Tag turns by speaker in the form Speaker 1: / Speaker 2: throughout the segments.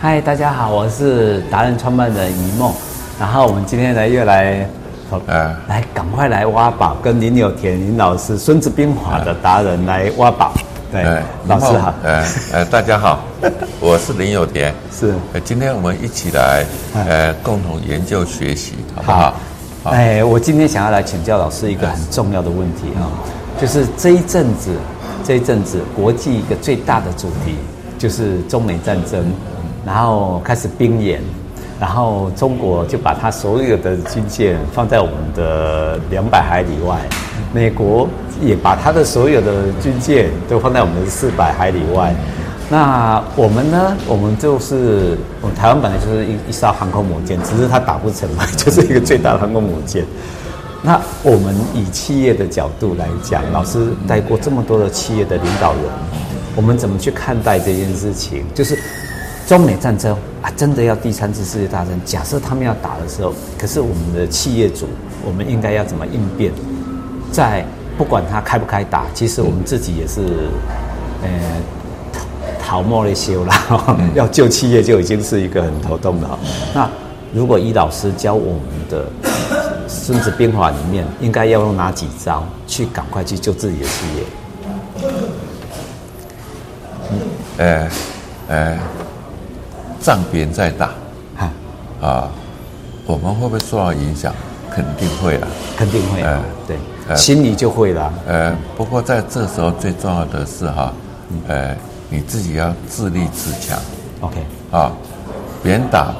Speaker 1: 嗨，大家好，我是达人创办人一梦，然后我们今天来又来，
Speaker 2: 哎
Speaker 1: 来赶快来挖宝，跟林有田林老师《孙子兵法》的达人来挖宝。对，哎
Speaker 2: 哎
Speaker 1: 老师好，
Speaker 2: 呃呃，大 家好，我是林有田。
Speaker 1: 是
Speaker 2: 呃，今天我们一起来，呃，共同研究学习，好不好？好
Speaker 1: 哎，我今天想要来请教老师一个很重要的问题啊、就是这一阵子，这一阵子国际一个最大的主题就是中美战争，然后开始兵演，然后中国就把它所有的军舰放在我们的两百海里外，美国也把它的所有的军舰都放在我们的四百海里外。那我们呢？我们就是我们台湾本来就是一一艘航空母舰，只是它打不成嘛， 就是一个最大的航空母舰。那我们以企业的角度来讲，老师带过这么多的企业的领导人，我们怎么去看待这件事情？就是中美战争啊，真的要第三次世界大战，假设他们要打的时候，可是我们的企业主，我们应该要怎么应变？在不管他开不开打，其实我们自己也是，呃，逃莫了修啦，
Speaker 2: 嗯
Speaker 1: 要救企业就已经是一个很头痛的哈。那如果依老师教我们的《孙子兵法》里面，应该要用哪几招去赶快去救自己的企业？
Speaker 2: 呃呃，仗别人在打
Speaker 1: 哈，
Speaker 2: 啊，我们会不会受到影响？肯定会啦。
Speaker 1: 肯定会啊
Speaker 2: 哎，
Speaker 1: 对，
Speaker 2: 哎
Speaker 1: 心里就会啦。
Speaker 2: 呃，不过在这时候最重要的是哈，
Speaker 1: 嗯
Speaker 2: 呃，你自己要自立自强。
Speaker 1: OK，
Speaker 2: 啊，别人打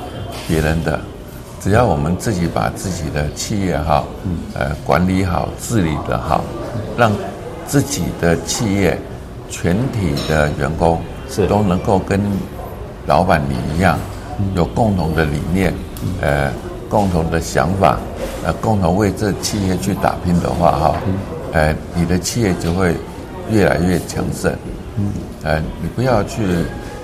Speaker 2: 别人的，只要我们自己把自己的企业哈，呃，管理好、治理的好，让自己的企业全体的员工
Speaker 1: 是
Speaker 2: 都能够跟老板你一样，有共同的理念，呃，共同的想法，呃，共同为这企业去打拼的话哈，呃，你的企业就会越来越强盛。呃，你不要去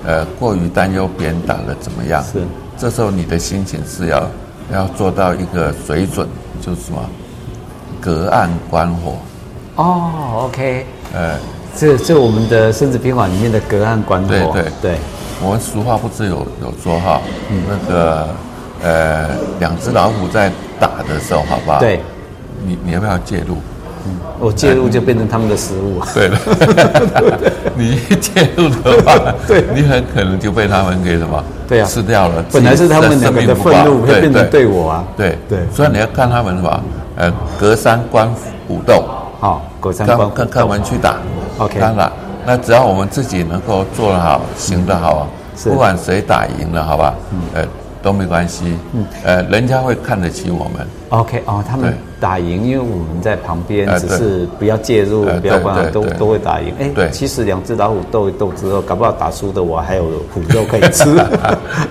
Speaker 2: 呃过于担忧别人打得怎么样。
Speaker 1: 是
Speaker 2: 这时候你的心情是要要做到一个水准，就是什么隔岸观火。
Speaker 1: 哦，OK，
Speaker 2: 呃，
Speaker 1: 这这我们的《孙子兵法》里面的隔岸观火，
Speaker 2: 对对
Speaker 1: 对，
Speaker 2: 我们俗话不是有有说哈，
Speaker 1: 嗯
Speaker 2: 那个呃两只老虎在打的时候，好不好？
Speaker 1: 对，
Speaker 2: 你你要不要介入？
Speaker 1: 我介入就变成他们的食物。
Speaker 2: 对了， 你一介入的话，
Speaker 1: 对
Speaker 2: 你很可能就被他们给什么？
Speaker 1: 对啊
Speaker 2: 吃掉了。
Speaker 1: 本来是他们两
Speaker 2: 生
Speaker 1: 个
Speaker 2: 命
Speaker 1: 的
Speaker 2: 不保
Speaker 1: 愤怒，会变成
Speaker 2: 对
Speaker 1: 对我啊。
Speaker 2: 对
Speaker 1: 对
Speaker 2: 所以你要看他们什么，呃，隔山观虎斗，
Speaker 1: 好，狗山
Speaker 2: 看
Speaker 1: 观
Speaker 2: 看看我们去打。
Speaker 1: 啊 OK
Speaker 2: 当然，那只要我们自己能够做得好，行得好啊，
Speaker 1: 是嗯
Speaker 2: 不管谁打赢了，好吧，呃，都没关系。呃，人家会看得起我们。
Speaker 1: OK 哦，他们
Speaker 2: 对
Speaker 1: 打赢，因为我们在旁边
Speaker 2: 哎，
Speaker 1: 只
Speaker 2: 对
Speaker 1: 是不要介入
Speaker 2: 哎，
Speaker 1: 不要
Speaker 2: 对
Speaker 1: 管，
Speaker 2: 对
Speaker 1: 都
Speaker 2: 对
Speaker 1: 都会打赢。哎，
Speaker 2: 对
Speaker 1: 其实两只老虎斗一斗之后，搞不好打输的我还有虎肉可以 吃，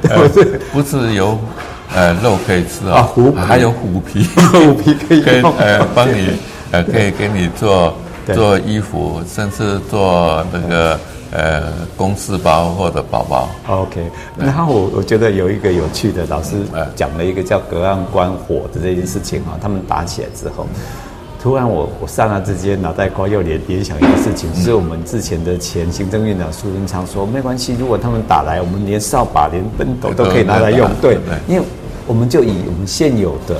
Speaker 1: 对不对？
Speaker 2: 不是有呃肉可以吃
Speaker 1: 啊
Speaker 2: 啊
Speaker 1: 虎，皮
Speaker 2: 还有虎皮，
Speaker 1: 虎皮可以
Speaker 2: 跟
Speaker 1: 用
Speaker 2: 呃帮你呃可以给你做
Speaker 1: 对
Speaker 2: 做衣服，甚至做那个呃公事包或者包包。
Speaker 1: OK，然后我我觉得有一个有趣的老师
Speaker 2: 哎
Speaker 1: 讲了一个叫隔岸观火的这件事情啊，他们打起来之后，突然我我刹那之间脑袋瓜又联联想一个事情，就是我们之前的前行政院长苏贞昌说，没关系，如果他们打来，我们连扫把、连奔斗都可以拿来用，
Speaker 2: 对
Speaker 1: 对
Speaker 2: 对，
Speaker 1: 因为我们就以我们现有的。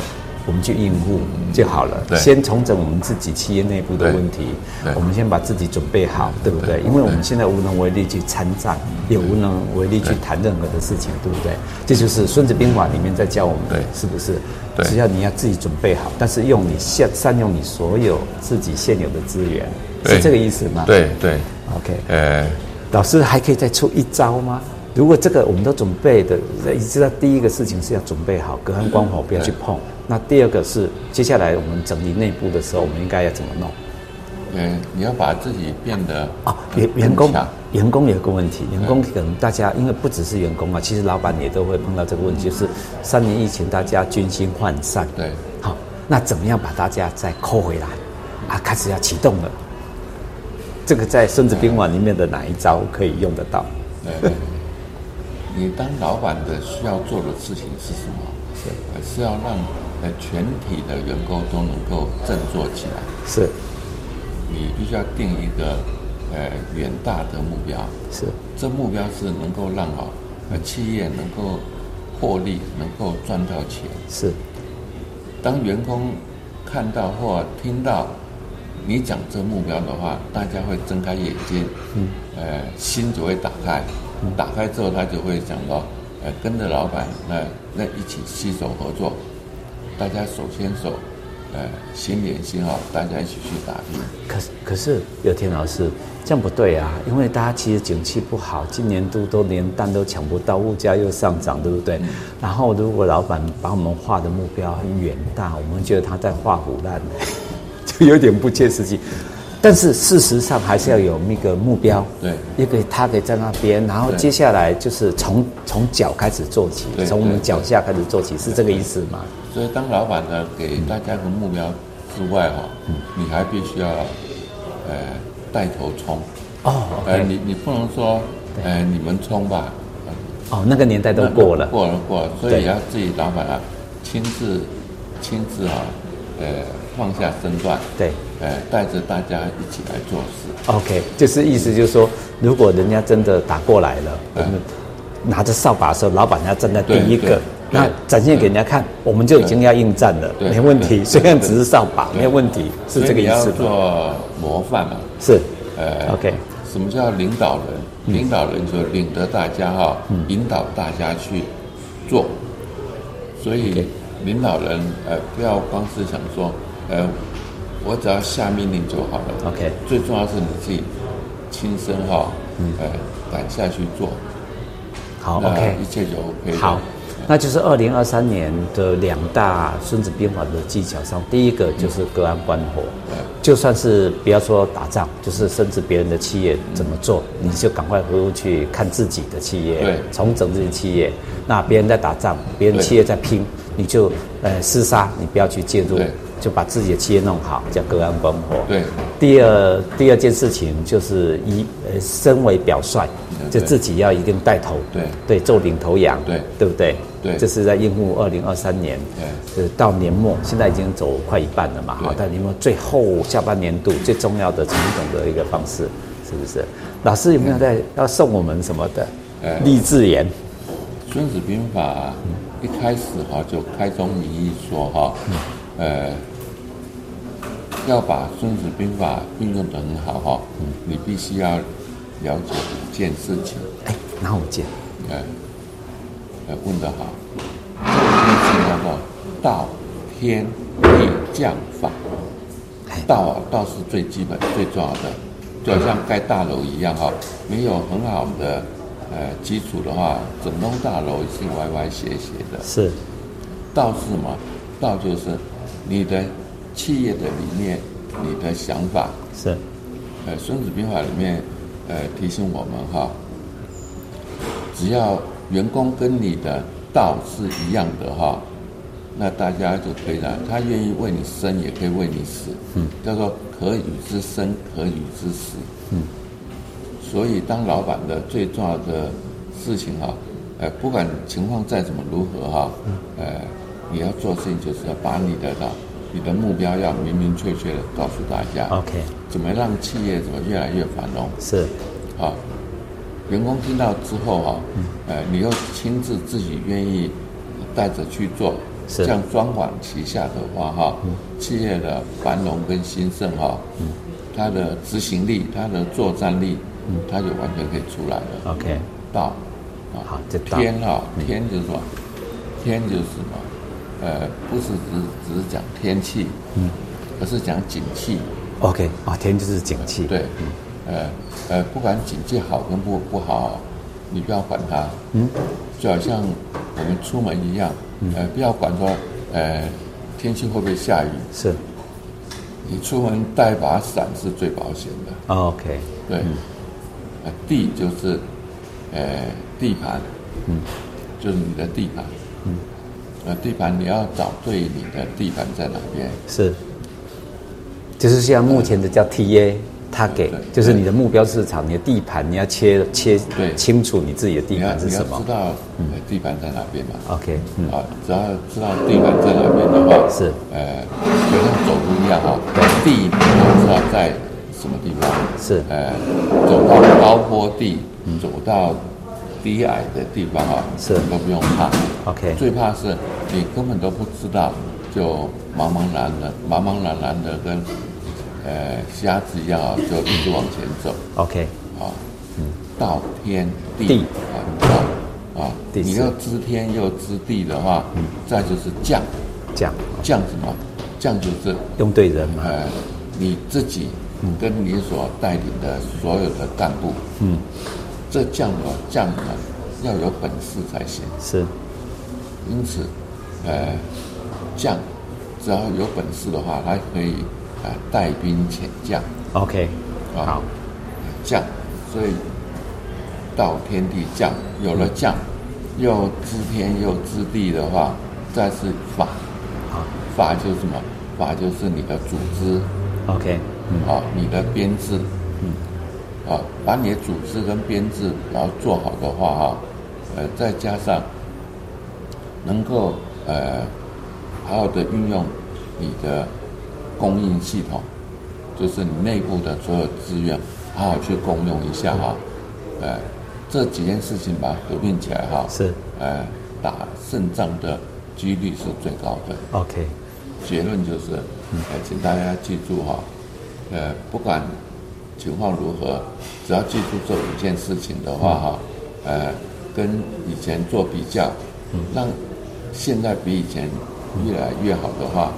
Speaker 1: 我们去应付就好了，
Speaker 2: 对
Speaker 1: 先重整我们自己企业内部的
Speaker 2: 对
Speaker 1: 问题
Speaker 2: 对，
Speaker 1: 我们先把自己准备好，对不对？因为我们现在无能为力去参战，也无能为力去谈任何的事情，对不对？这就是《孙子兵法》里面在教我们，
Speaker 2: 对
Speaker 1: 是不是？
Speaker 2: 对
Speaker 1: 只要你要自己准备好，但是用你善善用你所有自己现有的资源，
Speaker 2: 对
Speaker 1: 是这个意思吗？
Speaker 2: 对对，
Speaker 1: ，OK。
Speaker 2: 呃，
Speaker 1: 老师还可以再出一招吗？如果这个我们都准备的，你知道第一个事情是要准备好隔岸观火，不要去碰。那第二个是接下来我们整理内部的时候，我们应该要怎么弄？
Speaker 2: 呃，你要把自己变得
Speaker 1: 啊，员员工
Speaker 2: 更强嗯
Speaker 1: 员工有一个问题，员工可能大家因为不只是员工啊，其实老板也都会碰到这个问题，就是三年疫情大家军心涣散，
Speaker 2: 嗯对，
Speaker 1: 好，那怎么样把大家再扣回来啊？开始要启动了，这个在《孙子兵法》里面的哪一招可以用得到？
Speaker 2: 呃， 你当老板的需要做的事情是什么？
Speaker 1: 是
Speaker 2: 呃是要让呃全体的员工都能够振作起来。
Speaker 1: 是
Speaker 2: 你必须要定一个呃远大的目标，
Speaker 1: 是
Speaker 2: 这目标是能够让哦呃企业能够获利，能够赚到钱。
Speaker 1: 是
Speaker 2: 当员工看到或听到你讲这目标的话，大家会睁开眼睛，嗯，呃，心就会打开，打开之后他就会想到，呃，跟着老板那那一起携手合作，大家手牵手，呃，心连心哈，大家一起去打拼。
Speaker 1: 可是可是有田老师这样不对啊，因为大家其实景气不好，今年度都连蛋都抢不到，物价又上涨，对不
Speaker 2: 嗯
Speaker 1: 对？然后如果老板把我们画的目标很远大，我们觉得他在画虎烂， 就有点不切实际。但是事实上还是要有那个目标，
Speaker 2: 对
Speaker 1: 一个他可以在那边，然后
Speaker 2: 对
Speaker 1: 接下来就是从从脚开始做起，
Speaker 2: 对
Speaker 1: 从我们
Speaker 2: 对
Speaker 1: 脚下开始做起，是这个意思吗？
Speaker 2: 所以，当老板呢给大家个目标之外哈、你还必须要呃带头冲，
Speaker 1: 哦
Speaker 2: 呃，
Speaker 1: ，OK，
Speaker 2: 你你不能说呃你们冲吧，呃
Speaker 1: 哦，那个年代都过了，
Speaker 2: 过了过了，所
Speaker 1: 对
Speaker 2: 以要自己老板啊亲自亲自啊呃放下身段，
Speaker 1: 对。
Speaker 2: 呃带着大家一起来做事，
Speaker 1: OK，就是意思就是说，如果人家真的打过来了，我
Speaker 2: 嗯
Speaker 1: 们拿着扫把的时候，老板要站在第
Speaker 2: 对
Speaker 1: 一
Speaker 2: 对
Speaker 1: 个
Speaker 2: 对，
Speaker 1: 那展现给人家看，我们就已经要应战了，
Speaker 2: 对
Speaker 1: 没问题。
Speaker 2: 对
Speaker 1: 虽然只是扫把，
Speaker 2: 对
Speaker 1: 没有问题，是这
Speaker 2: 所
Speaker 1: 个
Speaker 2: 以
Speaker 1: 意
Speaker 2: 你要
Speaker 1: 思吗？
Speaker 2: 做模范嘛，
Speaker 1: 是
Speaker 2: 呃
Speaker 1: ，OK，
Speaker 2: 什么叫领导
Speaker 1: 嗯
Speaker 2: 人？领导人就领着大家哈、引导大家去做。所以
Speaker 1: OK
Speaker 2: 领导人呃，不要光是想说，呃，我只要下命令就好了。
Speaker 1: OK
Speaker 2: 最重要是你自己亲身哈、
Speaker 1: 嗯
Speaker 2: 呃，敢下去做，
Speaker 1: 好
Speaker 2: 那
Speaker 1: 哦，OK，
Speaker 2: 一切就 OK 了。
Speaker 1: 好，那就是二零二三年的两大《孙子兵法》的技巧上，第一个就是隔岸观火，
Speaker 2: 嗯
Speaker 1: 就算是不要说打仗，就是甚至别人的企业怎么做，你就赶快回屋去看自己的企业
Speaker 2: 对，
Speaker 1: 重整自己的企业。那别人在打仗，别人
Speaker 2: 对
Speaker 1: 企业在拼，你就呃厮杀，你不要去介入
Speaker 2: 对，
Speaker 1: 就把自己的企业弄好，叫隔岸观火。
Speaker 2: 对，
Speaker 1: 第二第二件事情就是一呃，身为表率，
Speaker 2: 嗯
Speaker 1: 就
Speaker 2: 对
Speaker 1: 自己要一定带头，
Speaker 2: 对
Speaker 1: 对，做领头羊，
Speaker 2: 对
Speaker 1: 对不对？
Speaker 2: 对
Speaker 1: 这是在应付二零二三年，呃，到年末，现在已经走快一半了嘛，
Speaker 2: 对
Speaker 1: 好，但年末最后下半年度最重要的传统的一个方式，是不是？老师有没有在要送我们什么的
Speaker 2: 嗯呃
Speaker 1: 励志言？
Speaker 2: 《孙子兵法》一开始哈就开宗明义说哈，
Speaker 1: 嗯
Speaker 2: 呃，要把《孙子兵法》运用得很好哈，
Speaker 1: 嗯
Speaker 2: 你必须要了解五件事情，
Speaker 1: 哎，拿我剑，
Speaker 2: 呃，呃，问得好，这五件事情叫做道、天、地、将、法。
Speaker 1: 哎，
Speaker 2: 道啊，道是最基本、最重要的，就好像盖大楼一样哈、没有很好的呃基础的话，整栋大楼是歪歪斜斜的。
Speaker 1: 是
Speaker 2: 道是什么？道就是你的企业的理念、你的想法。
Speaker 1: 是，
Speaker 2: 呃，《孙子兵法》里面呃提醒我们哈、只要员工跟你的道是一样的哈、那大家就可以了。他愿意为你生，也可以为你死。嗯，叫做可与之生，可与之死。嗯，所以当老板的最重要的事情哈、呃，不管情况再怎么如何哈、呃，你要做事情就是要把你的道、你的目标要明明确确的告诉大家。
Speaker 1: OK
Speaker 2: 怎么让企业怎么越来越繁荣？
Speaker 1: 是
Speaker 2: 啊，员工听到之后啊，
Speaker 1: 嗯
Speaker 2: 呃，你又亲自自己愿意带着去做，
Speaker 1: 是嗯
Speaker 2: 这样双管齐下的话哈、企业的繁荣跟兴盛哈、它的执行力、它的作战力，
Speaker 1: 嗯
Speaker 2: 它就完全可以出来了。
Speaker 1: OK，
Speaker 2: 道啊，
Speaker 1: 好这嗯道
Speaker 2: 天哈、天就是什么？天就是什么？呃，不是只只是讲天气，嗯，而是讲景气，
Speaker 1: OK，啊，天就是景气，
Speaker 2: 对，呃呃，不管景气好跟不不好，你不要管它。嗯，就好像我们出门一样，
Speaker 1: 嗯
Speaker 2: 呃，不要管说呃天气会不会下雨，
Speaker 1: 是
Speaker 2: 你出门带把伞是最保险的。
Speaker 1: OK，
Speaker 2: 对，
Speaker 1: 嗯
Speaker 2: 呃，地就是呃地盘，嗯，就是你的地盘，嗯，呃，地盘你要找对你的地盘在哪边，
Speaker 1: 是，就是像目前的叫 TA。他给
Speaker 2: 对
Speaker 1: 就是你的目标市场，你的地盘，你要切切
Speaker 2: 对
Speaker 1: 清楚你自己的地
Speaker 2: 你要
Speaker 1: 盘是
Speaker 2: 你要
Speaker 1: 什么嗯
Speaker 2: 知。道呃地盘在哪边嘛，
Speaker 1: OK，嗯，
Speaker 2: 啊，只要知道地板在哪边的话，
Speaker 1: 是
Speaker 2: 呃，就像走路一样哈、地我知道在什么地方，
Speaker 1: 是
Speaker 2: 呃，走到高坡地，走到低矮的地方啊，
Speaker 1: 嗯是
Speaker 2: 你都不用怕。
Speaker 1: OK
Speaker 2: 最怕是你根本都不知道，就茫茫然的、茫茫然然的跟呃瞎子一样啊，就一直往前走
Speaker 1: OK，
Speaker 2: 啊，道天地
Speaker 1: 地
Speaker 2: 啊，道啊，
Speaker 1: 地嗯
Speaker 2: 你
Speaker 1: 是
Speaker 2: 又知天又知地的话，再就是降
Speaker 1: 这样
Speaker 2: 降什么？降就是
Speaker 1: 用对人嘛，
Speaker 2: 呃，你自己跟你所带领的所有的干部，
Speaker 1: 嗯，
Speaker 2: 这将我将呢要有本事才行。
Speaker 1: 是
Speaker 2: 因此，呃，将只要有本事的话，他可以呃带兵遣将，
Speaker 1: OK，
Speaker 2: 啊
Speaker 1: 好，
Speaker 2: 将，所以道天地将，有了将，又知天又知地的话，再是法，
Speaker 1: 好
Speaker 2: 法就是什么？法就是你的组织，
Speaker 1: ，OK，嗯，
Speaker 2: 啊，你的编制，嗯，啊，把你的组织跟编制然后做好的话哈、呃，再加上能够呃好好的运用你的供应系统，就是你内部的所有资源，好好去共用一下哈、呃，这几件事情把它合并起来哈、
Speaker 1: 嗯是
Speaker 2: 呃，打胜仗的几率是最高的。
Speaker 1: OK，
Speaker 2: 结论就是，呃，请大家记住哈、呃，不管情况如何，只要记住这五件事情的话哈、呃，跟以前做比较，让现在比以前越来越好的话，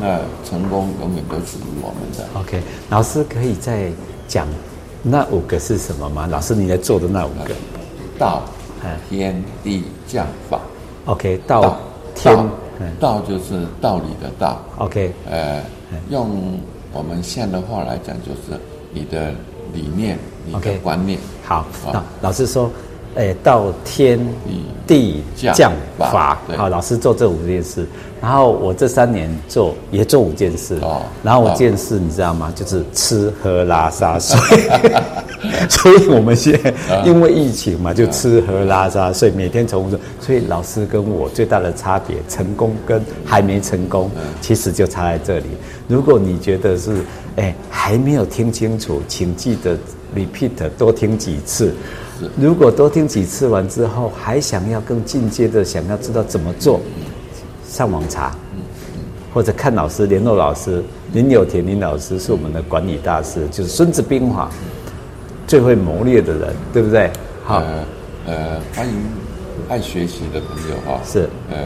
Speaker 2: 那成功永远都属于我们的。
Speaker 1: OK，老师可以再讲那五个是什么吗？老师你在做的那五个
Speaker 2: 道
Speaker 1: 嗯、
Speaker 2: 天地、降法，
Speaker 1: ，OK，
Speaker 2: 道
Speaker 1: 到天，
Speaker 2: 道
Speaker 1: 嗯
Speaker 2: 道就是道理的道，
Speaker 1: ，OK，
Speaker 2: 呃，用我们现在的话来讲，就是你的理念、你的
Speaker 1: OK
Speaker 2: 观念。啊
Speaker 1: 好，
Speaker 2: 好
Speaker 1: 那老师说，诶，到天地
Speaker 2: 哦降
Speaker 1: 降
Speaker 2: 法
Speaker 1: 法，
Speaker 2: 对
Speaker 1: 好，老师做这五件事，然后我这三年做也做五件事
Speaker 2: 哦，
Speaker 1: 然后我
Speaker 2: 哦
Speaker 1: 件事你知道吗？就是吃喝拉撒睡，所以我们现在因为疫情嘛，就吃喝拉撒睡，每天重复做，所以老师跟我最大的差别，成功跟还没成功，其实就差在这里。如果你觉得是，哎，还没有听清楚，请记得 repeat 多听几次。如果多听几次完之后，还想要更进阶的，想要知道怎么做，上网查，或者看老师联络老师林有田林老师是我们的管理大师，就是《孙子兵法》最会谋略的人，对不对？好，
Speaker 2: 呃呃，欢迎爱学习的朋友哈、
Speaker 1: 是
Speaker 2: 呃，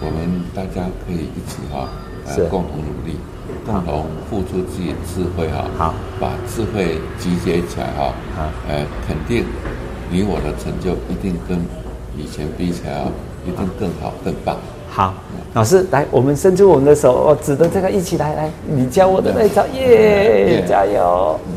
Speaker 2: 我们大家可以一起哈、呃
Speaker 1: 是，
Speaker 2: 共同努力，共同付出自己的智慧哈、
Speaker 1: 好，
Speaker 2: 把智慧集结起来哈、
Speaker 1: 好
Speaker 2: 呃，肯定你我的成就一定跟以前比起来啊，一定更好更棒。
Speaker 1: 好，老师来，我们伸出我们的手，哦，指着这个一起来来，你教我的那一招，耶，
Speaker 2: 耶
Speaker 1: 加油！
Speaker 2: 嗯，